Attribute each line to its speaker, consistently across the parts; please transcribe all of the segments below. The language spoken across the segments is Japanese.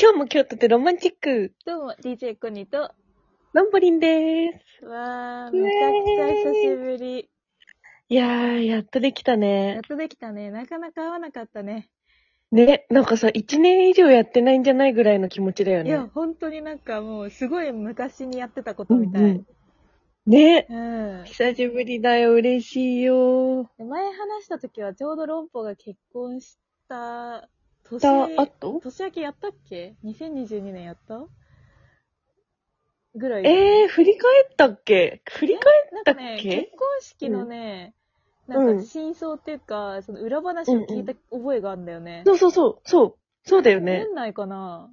Speaker 1: 今日も京都ってロマンチック。
Speaker 2: どうも、DJ コニーと、わ
Speaker 1: ナンボリンでーす。イ
Speaker 2: ー、
Speaker 1: エーイ
Speaker 2: めちゃくちゃ久しぶり。
Speaker 1: いやー、やっとできた
Speaker 2: や
Speaker 1: ね
Speaker 2: っ。とできたね。なかなか会わなかったね。
Speaker 1: ね、なんかさ、1年以上やってないんじゃないぐらいの気持ちだよ
Speaker 2: い
Speaker 1: ね。
Speaker 2: や、本当になんかもう、すごい昔にやってたことみたい。
Speaker 1: う
Speaker 2: うん
Speaker 1: うん
Speaker 2: ん、
Speaker 1: ね、久しぶりだよ、嬉しいよ。
Speaker 2: で前話した時は、ちょうどロンポが結婚した年、
Speaker 1: だ、あと
Speaker 2: 年明けやったっけ ?2022 年やったぐらい。
Speaker 1: えー、振り返ったっけ振り返
Speaker 2: なん
Speaker 1: った
Speaker 2: か
Speaker 1: っ
Speaker 2: ね、
Speaker 1: け
Speaker 2: 結婚式のね、
Speaker 1: うん
Speaker 2: なんか真相っていうか、その裏話を聞いた覚えがあるんだよね。
Speaker 1: そうそうそう、そう、そうだよね。
Speaker 2: 年内かな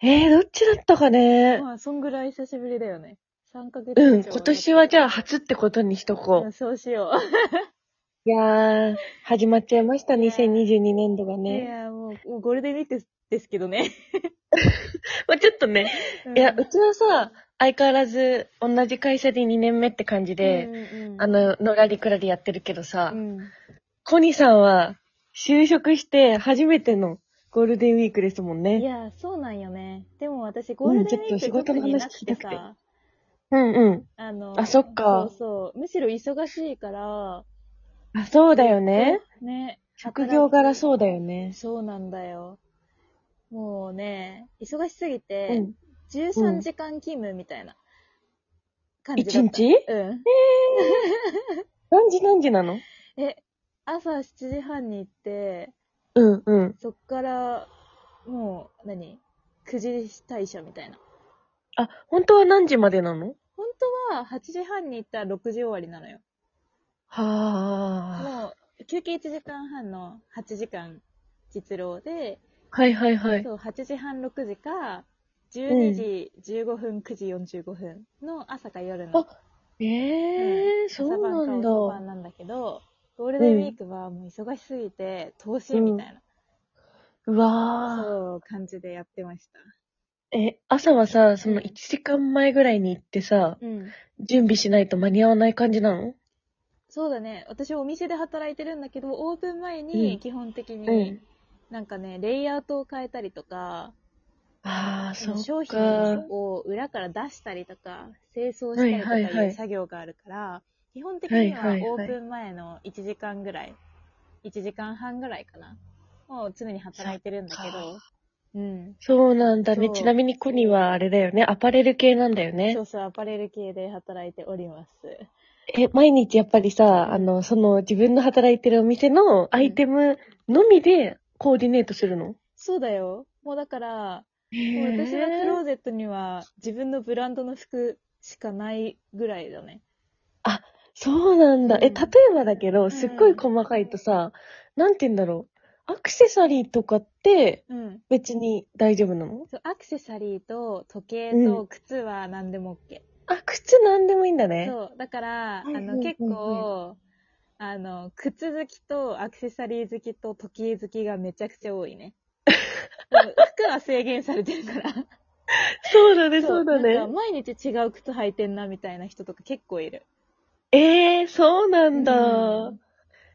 Speaker 1: えー、どっちだったかね。
Speaker 2: まあ、そんぐらい久しぶりだよね。3ヶ月以上
Speaker 1: うん、今年はじゃあ初ってことにしと
Speaker 2: う
Speaker 1: こ
Speaker 2: んそうしよ
Speaker 1: う。いやー、始まっちゃいました、
Speaker 2: ね
Speaker 1: 2022年度が
Speaker 2: う。い
Speaker 1: ね。
Speaker 2: や、もう、もうゴールデンウィークですですけどね。
Speaker 1: まあちょっとね、いや、う
Speaker 2: う
Speaker 1: ちはさ、相変わらず同じ会社で2年目って感じで、
Speaker 2: ん、
Speaker 1: あの、のらりくらりやってるけどさ、
Speaker 2: うん、
Speaker 1: コニさんは就職して初めてのゴールデンウィークですもん
Speaker 2: うん。い
Speaker 1: ね。
Speaker 2: や、そうなんよね。でも私、ゴールデンウィ
Speaker 1: ちょっ
Speaker 2: ー
Speaker 1: と仕
Speaker 2: ク
Speaker 1: 事
Speaker 2: 特
Speaker 1: の
Speaker 2: にな
Speaker 1: 話
Speaker 2: く
Speaker 1: 聞きた
Speaker 2: て
Speaker 1: くて
Speaker 2: さ、
Speaker 1: うんうん。
Speaker 2: あの、
Speaker 1: あそっか
Speaker 2: そうそう。むしろ忙しいか
Speaker 1: あ、
Speaker 2: ら、
Speaker 1: そうだよね。
Speaker 2: ね。
Speaker 1: 職業柄
Speaker 2: う。
Speaker 1: そうだよね。
Speaker 2: そうなんだよ。もうね、忙しすぎ
Speaker 1: うん。
Speaker 2: て、
Speaker 1: うん
Speaker 2: 13時間勤務みたいな感じだ
Speaker 1: 一
Speaker 2: った。
Speaker 1: 日
Speaker 2: うん。
Speaker 1: 何時何時なの
Speaker 2: え、朝7時半に行って、
Speaker 1: うんうん。
Speaker 2: そっから、もう、何 ?9 時退社みたいな。
Speaker 1: あ、本当は何時までなの
Speaker 2: 本当は8時半に行ったら6時終わりなのよ。
Speaker 1: はあ。
Speaker 2: もう、休憩1時間半の8時間実労で、
Speaker 1: はいはいはい。
Speaker 2: そう、8時半6時か、12時15分、9時45分の朝か夜の。
Speaker 1: あええー、
Speaker 2: 朝
Speaker 1: そ
Speaker 2: 晩
Speaker 1: う
Speaker 2: か
Speaker 1: なんだ。
Speaker 2: 遅晩なんだけど、ゴールデンウィークはもう忙しすぎて、投資みたいな、
Speaker 1: うわー。
Speaker 2: そう、感じでやってました。
Speaker 1: え、朝はさ、その
Speaker 2: うん
Speaker 1: 1時間前ぐらいに行ってさ、
Speaker 2: うん。
Speaker 1: 準備しないと間に合わない感じなの
Speaker 2: そうだね。私お店で働いてるんだけど、オープン前
Speaker 1: うん
Speaker 2: に基本的に、。なんかね、レイアウトを変えたりとか、
Speaker 1: ああ、そうか。
Speaker 2: 商品を裏から出したりとか、清掃したりとか
Speaker 1: はいはい
Speaker 2: い
Speaker 1: はいう
Speaker 2: 作業があるから、基本的には
Speaker 1: はいはいはい
Speaker 2: オープン前の1時間ぐらい、1時間半ぐらいかな。もう常に働いてるんだけ
Speaker 1: そ
Speaker 2: ど、うん。
Speaker 1: そうなんだね。
Speaker 2: そう
Speaker 1: ちなみにコニーはあれだよね。アパレル系なんだよね
Speaker 2: そ。うそう、アパレル系で働いております。
Speaker 1: え、毎日やっぱりさ、あの、その自分の働いてるお店のアイテムのみでコーディネートするの、
Speaker 2: そうだよ。もうだから、
Speaker 1: へ
Speaker 2: もう
Speaker 1: ー
Speaker 2: 私のクローゼットには自分のブランドの服しかないぐらいだね。
Speaker 1: そうなんだ。え、
Speaker 2: うん
Speaker 1: 例えばだけど、すっごい細かいとさ、なんて言うんだろう。アクセサリーとかって
Speaker 2: うん。
Speaker 1: 別に大丈夫なの
Speaker 2: そうアクセサリーと時計
Speaker 1: う
Speaker 2: と靴は何でも OK。
Speaker 1: あ、靴なんでもいいんだね。
Speaker 2: そう。だから、あ
Speaker 1: うんうんうんう
Speaker 2: の、
Speaker 1: ん
Speaker 2: 結構、あの、靴好きとアクセサリー好きと時計好きがめちゃくちゃ多 いね。でも服は制限されてるから。
Speaker 1: そうだね、そうだ
Speaker 2: なんか
Speaker 1: ね。
Speaker 2: 毎日違う靴履いてんなみたいな人とか結構いる。
Speaker 1: ええー、そうなんだ
Speaker 2: う。ん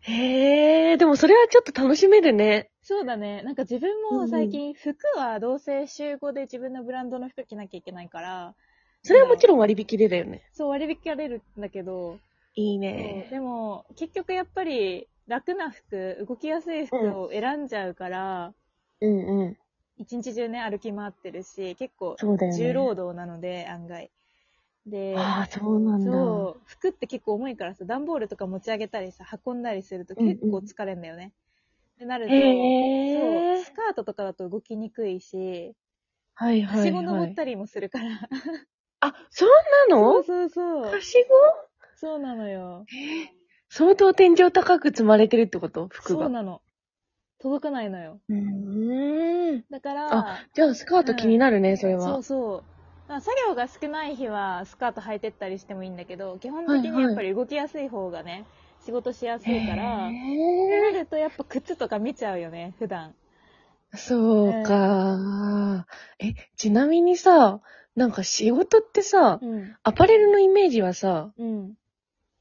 Speaker 1: へえー、でもそれはちょっと楽しめるね。
Speaker 2: そうだね。なんか自分
Speaker 1: うんう
Speaker 2: も
Speaker 1: ん
Speaker 2: 最近服はどうせ週5で自分のブランドの服着なきゃいけないから、
Speaker 1: それはもちろん割引でだよね。
Speaker 2: そう割引かれるんだけど、
Speaker 1: いい
Speaker 2: そう
Speaker 1: ね。
Speaker 2: でも結局やっぱり楽な服、動きやすい服を選んじゃうから、
Speaker 1: うんうん。
Speaker 2: 一日中ね歩き回ってるし、結構
Speaker 1: そうだよね。
Speaker 2: 重労働なので案外。で、
Speaker 1: ああ、そうなんだ。
Speaker 2: そう、服って結構重いからさ、段ボールとか持ち上げたりさ、運んだりすると結構疲れんだよね。ってなると、
Speaker 1: へ
Speaker 2: そ
Speaker 1: え
Speaker 2: う、ス。カートとかだと動きにくいし、
Speaker 1: はい
Speaker 2: は
Speaker 1: はい、
Speaker 2: しご登
Speaker 1: は
Speaker 2: っ
Speaker 1: い。
Speaker 2: たりもするから。
Speaker 1: あ、そうなの
Speaker 2: そう そうそう
Speaker 1: は。しご
Speaker 2: そうなのよ。
Speaker 1: 相当天井高く積まれてるってこと服
Speaker 2: そ
Speaker 1: が。
Speaker 2: う
Speaker 1: う
Speaker 2: なの。届かないのよ。
Speaker 1: ーん。
Speaker 2: だから、
Speaker 1: じゃあスカート気になるね、それ
Speaker 2: そ
Speaker 1: は
Speaker 2: う。そう。まあ作業が少ない日はスカート履いてったりしてもいいんだけど、基本的
Speaker 1: は
Speaker 2: に
Speaker 1: いはい
Speaker 2: やっぱり動きやすい方がね、仕事しやすいから、
Speaker 1: へ
Speaker 2: って
Speaker 1: ー
Speaker 2: なるとやっぱ靴とか見ちゃうよね、普段。
Speaker 1: そうか、え、ちなみにさ、なんか仕事ってさ、
Speaker 2: うん。
Speaker 1: アパレルのイメージはさ、
Speaker 2: うん。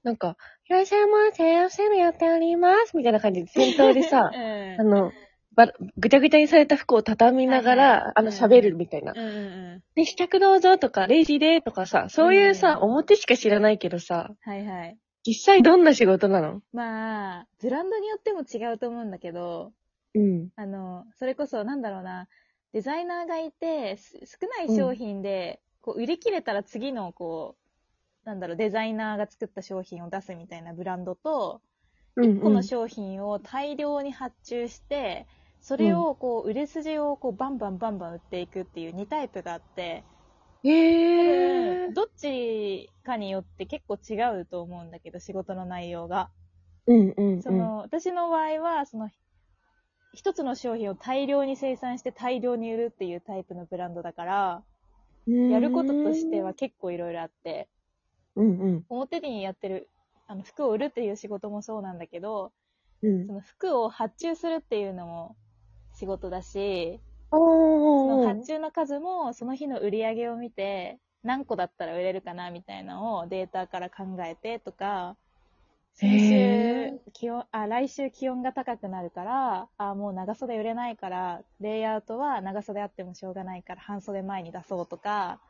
Speaker 1: なんか、 いらっしゃいませ、いらっしゃいませやっております、みたいな感じで、店頭でさ、
Speaker 2: ええ
Speaker 1: あの、ばぐちゃぐちゃにされた服を畳みなが
Speaker 2: はいはいは
Speaker 1: ら
Speaker 2: い、
Speaker 1: あの、喋るみたいな
Speaker 2: う。んうん
Speaker 1: で、試着どうぞとか、レジでとかさ、そういうさ、
Speaker 2: うん
Speaker 1: 表しか知らないけどさ、
Speaker 2: うん。はいはい。
Speaker 1: 実際どんな仕事なの
Speaker 2: まあ、ブランドによっても違うと思うんだけど、
Speaker 1: うん。
Speaker 2: あの、それこそ、なんだろうな、デザイナーがいて、す少ない商品で、こう、売り切れたら次の、こう、なんだろう、デザイナーが作った商品を出すみたいなブランドと、
Speaker 1: うん、
Speaker 2: こ
Speaker 1: う
Speaker 2: の
Speaker 1: ん。
Speaker 2: 商品を大量に発注して、それを、こう、売れ筋を、こう、バンバンバンバン売っていくっていう2タイプがあって、
Speaker 1: へえ。
Speaker 2: どっちかによって結構違うと思うんだけど、仕事の内容が。
Speaker 1: うん、うん、うん。
Speaker 2: その、私の場合は、その、一つの商品を大量に生産して大量に売るっていうタイプのブランドだから、や
Speaker 1: や
Speaker 2: ることとしては、結構いろいろあって、
Speaker 1: うん、うん。
Speaker 2: 表にやってる、あの、服を売るっていう仕事もそうなんだけど、
Speaker 1: うん
Speaker 2: そ。の服を発注するっていうのも仕事だし、そ
Speaker 1: お
Speaker 2: の
Speaker 1: ー
Speaker 2: 発注の数もその日の売り上げを見て、何個だったら売れるかなみたいなのをデータから考えてとか、
Speaker 1: へ
Speaker 2: 先
Speaker 1: ー
Speaker 2: 週気温あ、来週気温が高くなるから、あ、もう長袖売れないから、レイアウトは長袖あってもしょうがないから半袖前に出そうとか、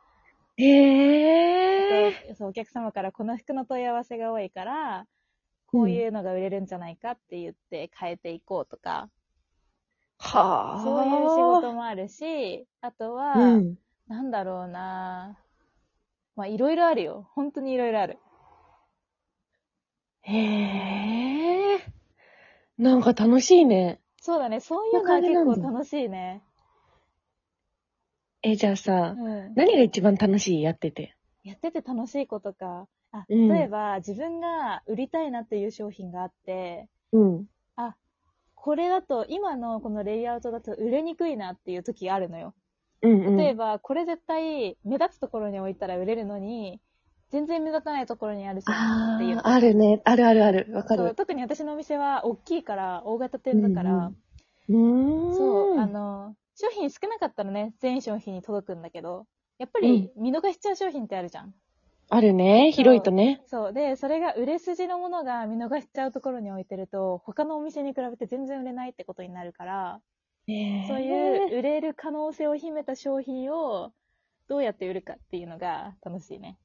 Speaker 1: へえ。
Speaker 2: そうお客様からこの服の問い合わせが多いから、こういうのが売れるんじゃないかって言って変えていこうとか、
Speaker 1: はあ。
Speaker 2: そういう仕事もあるし、あとは、
Speaker 1: うん。
Speaker 2: なんだろうなまあ、いろいろあるよ。本当にいろいろある。
Speaker 1: へえ。なんか楽しいね。
Speaker 2: そうだね。そういうの
Speaker 1: そ
Speaker 2: は
Speaker 1: んな感じなんだ
Speaker 2: 結構楽しいね。
Speaker 1: え、じゃあさ、
Speaker 2: うん。
Speaker 1: 何が一番楽しいやってて。
Speaker 2: やってて楽しいことか。あ、
Speaker 1: うん
Speaker 2: 例えば、自分が売りたいなっていう商品があって、
Speaker 1: うん。
Speaker 2: あ、これだと、今のこのレイアウトだと売れにくいなっていう時あるのよ。
Speaker 1: うんうん。
Speaker 2: 例えば、これ絶対目立つところに置いたら売れるのに、全然目立たないところにあるじゃんっていう
Speaker 1: ああ、あるね。あるあるある。わか
Speaker 2: そう
Speaker 1: る。
Speaker 2: 特に私のお店は大きいから、大型店だから、
Speaker 1: うーん。
Speaker 2: そう、あの、商品少なかったらね、全商品に届くんだけど、やっぱり見逃しちゃう商品ってあるじゃん。
Speaker 1: あるね。広いとね。
Speaker 2: そう。で、それが売れ筋のものが見逃しちゃうところに置いてると、他のお店に比べて全然売れないってことになるから、そう
Speaker 1: う。
Speaker 2: いう売れる可能性を秘めた商品をどうやって売るかっていうのが楽しいね。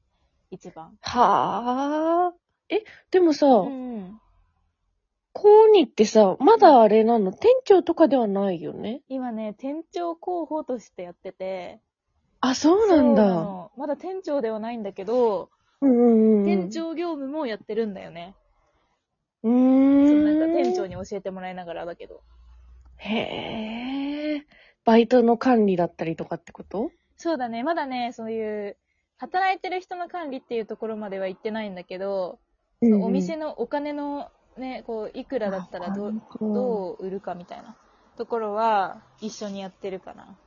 Speaker 2: 一番。
Speaker 1: はあ。え、でもさ、
Speaker 2: うん。
Speaker 1: コーニってさ、まだあれなの店長とかではないよね。
Speaker 2: 今ね、店長候補としてやってて、
Speaker 1: あ、そうなん
Speaker 2: そうな
Speaker 1: だ。
Speaker 2: のまだ店長ではないんだけど、
Speaker 1: うんうんうん。
Speaker 2: 店長業務もやってるんだよね。
Speaker 1: うーん。
Speaker 2: そうなんか店長に教えてもらいながらだけど。
Speaker 1: へえ。バイトの管理だったりとかってこと
Speaker 2: そうだね、まだね、そういう、働いてる人の管理っていうところまでは行ってないんだけど、そうお店
Speaker 1: の
Speaker 2: のお金のね、こう、いくらだったらどう
Speaker 1: う
Speaker 2: どう売るかみたいなところは一緒にやってるかな。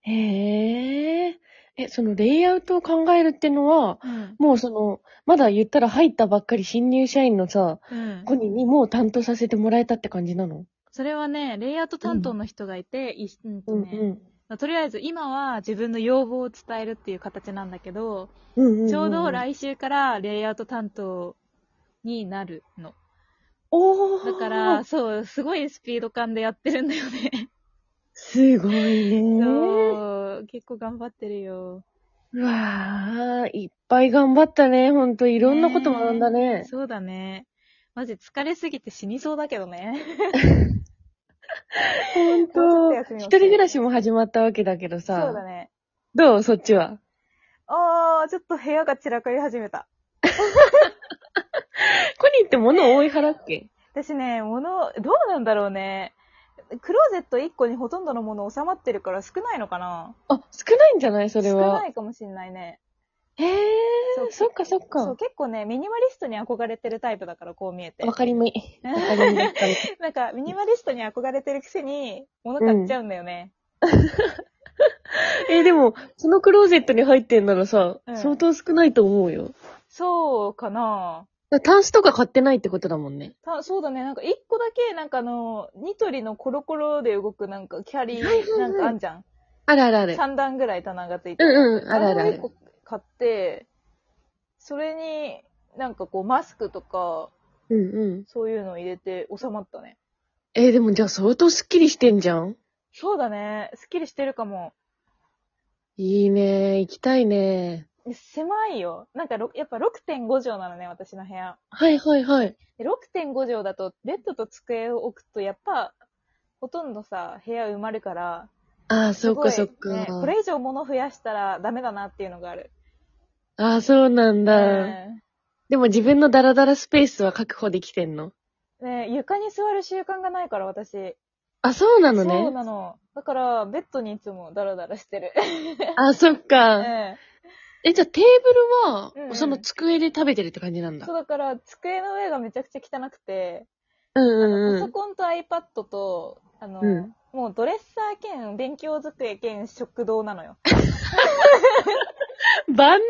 Speaker 1: へえ。え、そのレイアウトを考えるってのは、
Speaker 2: うん。
Speaker 1: もうその、まだ言ったら入ったばっかり新入社員のさ、
Speaker 2: うん
Speaker 1: コニーにもう担当させてもらえたって感じなの
Speaker 2: それはね、レイアウト担当の人がいて、いうんと
Speaker 1: うん
Speaker 2: ねまあとりあえず今は自分の要望を伝えるっていう形なんだけど、
Speaker 1: うん。うんんん
Speaker 2: ちょうど来週からレイアウト担当になるの。
Speaker 1: おー
Speaker 2: だから、、そう、すごいスピード感でやってるんだよね。
Speaker 1: すごいね。
Speaker 2: そう、結構頑張ってるよ。
Speaker 1: うわー、いっぱい頑張ったね。ほんと、いろんなこと学んだね。
Speaker 2: そうだね。マジ疲れすぎて死にそうだけどね。
Speaker 1: ほん
Speaker 2: もうちょっと
Speaker 1: と。
Speaker 2: 休
Speaker 1: 一
Speaker 2: みましょう
Speaker 1: 人暮らしも始まったわけだけどさ。
Speaker 2: そうだね。
Speaker 1: どうそっちは。
Speaker 2: あー、ちょっと部屋が散らかり始めた。
Speaker 1: コニーって物多い派だっけ
Speaker 2: 私ね、物、どうなんだろうね。クローゼット1個にほとんどのもの収まってるから少ないのかな
Speaker 1: あ、少ないんじゃないそれ
Speaker 2: 少
Speaker 1: は
Speaker 2: な。いかもしんないね。
Speaker 1: へえ
Speaker 2: そう、
Speaker 1: そっかそっ
Speaker 2: そう、
Speaker 1: か。
Speaker 2: 結構ね、ミニマリストに憧れてるタイプだから、こう見えて。
Speaker 1: わかりみ。わかり み。わかりみ
Speaker 2: なんか、ミニマリストに憧れてるくせに、物買っちゃうんだよね。
Speaker 1: え、でも、そのクローゼットに入ってんならさ、
Speaker 2: うん
Speaker 1: 相当少ないと思うよ。
Speaker 2: そうかな
Speaker 1: だタンスとか買ってないってことだもんね。
Speaker 2: たそうだね。なんか、一個だけ、なんかあの、ニトリのコロコロで動くなんか、キャリ
Speaker 1: はいはいは
Speaker 2: ー、
Speaker 1: い
Speaker 2: なんかあんじゃん。
Speaker 1: あるあるある。
Speaker 2: 3段ぐらい棚がついて
Speaker 1: う
Speaker 2: る。
Speaker 1: んうん、あるあるあ
Speaker 2: れを一
Speaker 1: る
Speaker 2: 個。買って、それに、なんかこう、マスクとか、
Speaker 1: うんうん。
Speaker 2: そういうのを入れて収まったね。
Speaker 1: えーでもじゃあ相当スッキリしてんじゃん
Speaker 2: そうだね。スッキリしてるかも。
Speaker 1: いいね行きたいね
Speaker 2: で狭いよ。なんかろ、やっぱ6.5畳なのね、私の部屋。
Speaker 1: はいはいはい。
Speaker 2: で6.5畳だと、ベッドと机を置くと、やっぱ、ほとんどさ、部屋埋まるから、
Speaker 1: ああ、そっか
Speaker 2: す
Speaker 1: そ
Speaker 2: ご
Speaker 1: っ
Speaker 2: い
Speaker 1: か。
Speaker 2: ねこれ以上物増やしたらダメだなっていうのがある。
Speaker 1: ああ、そうなんだ。
Speaker 2: ね
Speaker 1: でも自分のダラダラスペースは確保できてんの
Speaker 2: ね床に座る習慣がないから、私。
Speaker 1: あ、そうなのね。
Speaker 2: そうなの。だから、ベッドにいつもダラダラしてる。
Speaker 1: あ、そっ か。
Speaker 2: ね
Speaker 1: え、じゃあテーブルは、
Speaker 2: うんうん
Speaker 1: その机で食べてるって感じなんだ。
Speaker 2: そうだから、机の上がめちゃくちゃ汚くて、
Speaker 1: うん
Speaker 2: あ
Speaker 1: う
Speaker 2: の
Speaker 1: んう
Speaker 2: パソ
Speaker 1: ん。
Speaker 2: コンと iPad と、あの、
Speaker 1: うん
Speaker 2: もうドレッサー兼勉強机兼食堂なのよ。
Speaker 1: 万能じ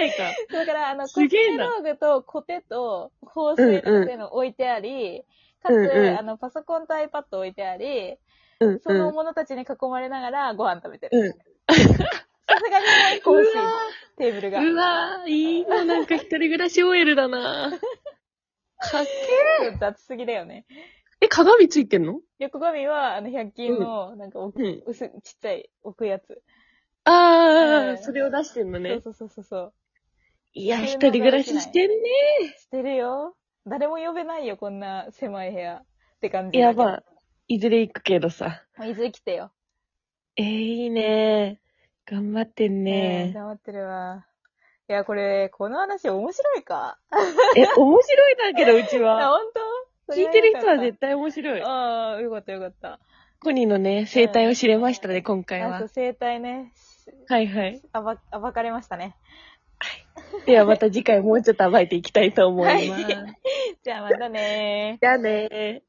Speaker 1: ゃないか。
Speaker 2: だから、あの、
Speaker 1: す
Speaker 2: 固
Speaker 1: げえ
Speaker 2: 定
Speaker 1: な
Speaker 2: 道具とコテと香水とかっていうの置いてあり、かつ、
Speaker 1: うんうん
Speaker 2: あの、パソコンと iPad 置いてあり、
Speaker 1: うん
Speaker 2: その
Speaker 1: うん。
Speaker 2: 者たちに囲まれながらご飯食べてる。
Speaker 1: うん。
Speaker 2: さすがにないコーヒーのテーブルが。
Speaker 1: うわー、いいな、なんか一人暮らし OL だ な。かっけえ。
Speaker 2: 雑すぎだよね。
Speaker 1: え、鏡ついてんの
Speaker 2: 横紙は、あの、100均の、なんか、
Speaker 1: う
Speaker 2: お
Speaker 1: ん。
Speaker 2: 薄、ちっちゃい、置くやつ。
Speaker 1: あ
Speaker 2: う
Speaker 1: あ、
Speaker 2: ん
Speaker 1: それを出してんのね。
Speaker 2: そうそうそうそう。
Speaker 1: いや、
Speaker 2: そういう
Speaker 1: 一
Speaker 2: のが
Speaker 1: 人暮らししてんね。
Speaker 2: してるよ。誰も呼べないよ、こんな狭い部屋。って感じ
Speaker 1: い
Speaker 2: だ
Speaker 1: や、
Speaker 2: けど。
Speaker 1: まあ、いずれ行くけどさ。
Speaker 2: まあいずれ来てよ。
Speaker 1: えー、いいね頑張ってん
Speaker 2: うん
Speaker 1: ね
Speaker 2: 頑張ってるわ。いや、これ、この話面白いか
Speaker 1: え、面白いんだけど、うち
Speaker 2: あ、
Speaker 1: は。
Speaker 2: 本当
Speaker 1: 聞いてる人は
Speaker 2: 対
Speaker 1: 絶対面白い。
Speaker 2: ああ、よかったよかった。
Speaker 1: コニーのね、生態を知れました
Speaker 2: う
Speaker 1: ね、
Speaker 2: ん
Speaker 1: 今回
Speaker 2: あそう
Speaker 1: は。
Speaker 2: 生態ね、
Speaker 1: はいはい。
Speaker 2: 暴、暴かれましたね。
Speaker 1: ではまた次回もうちょっと暴いていきたいと思います。
Speaker 2: じゃあまたねー。
Speaker 1: じゃあねー。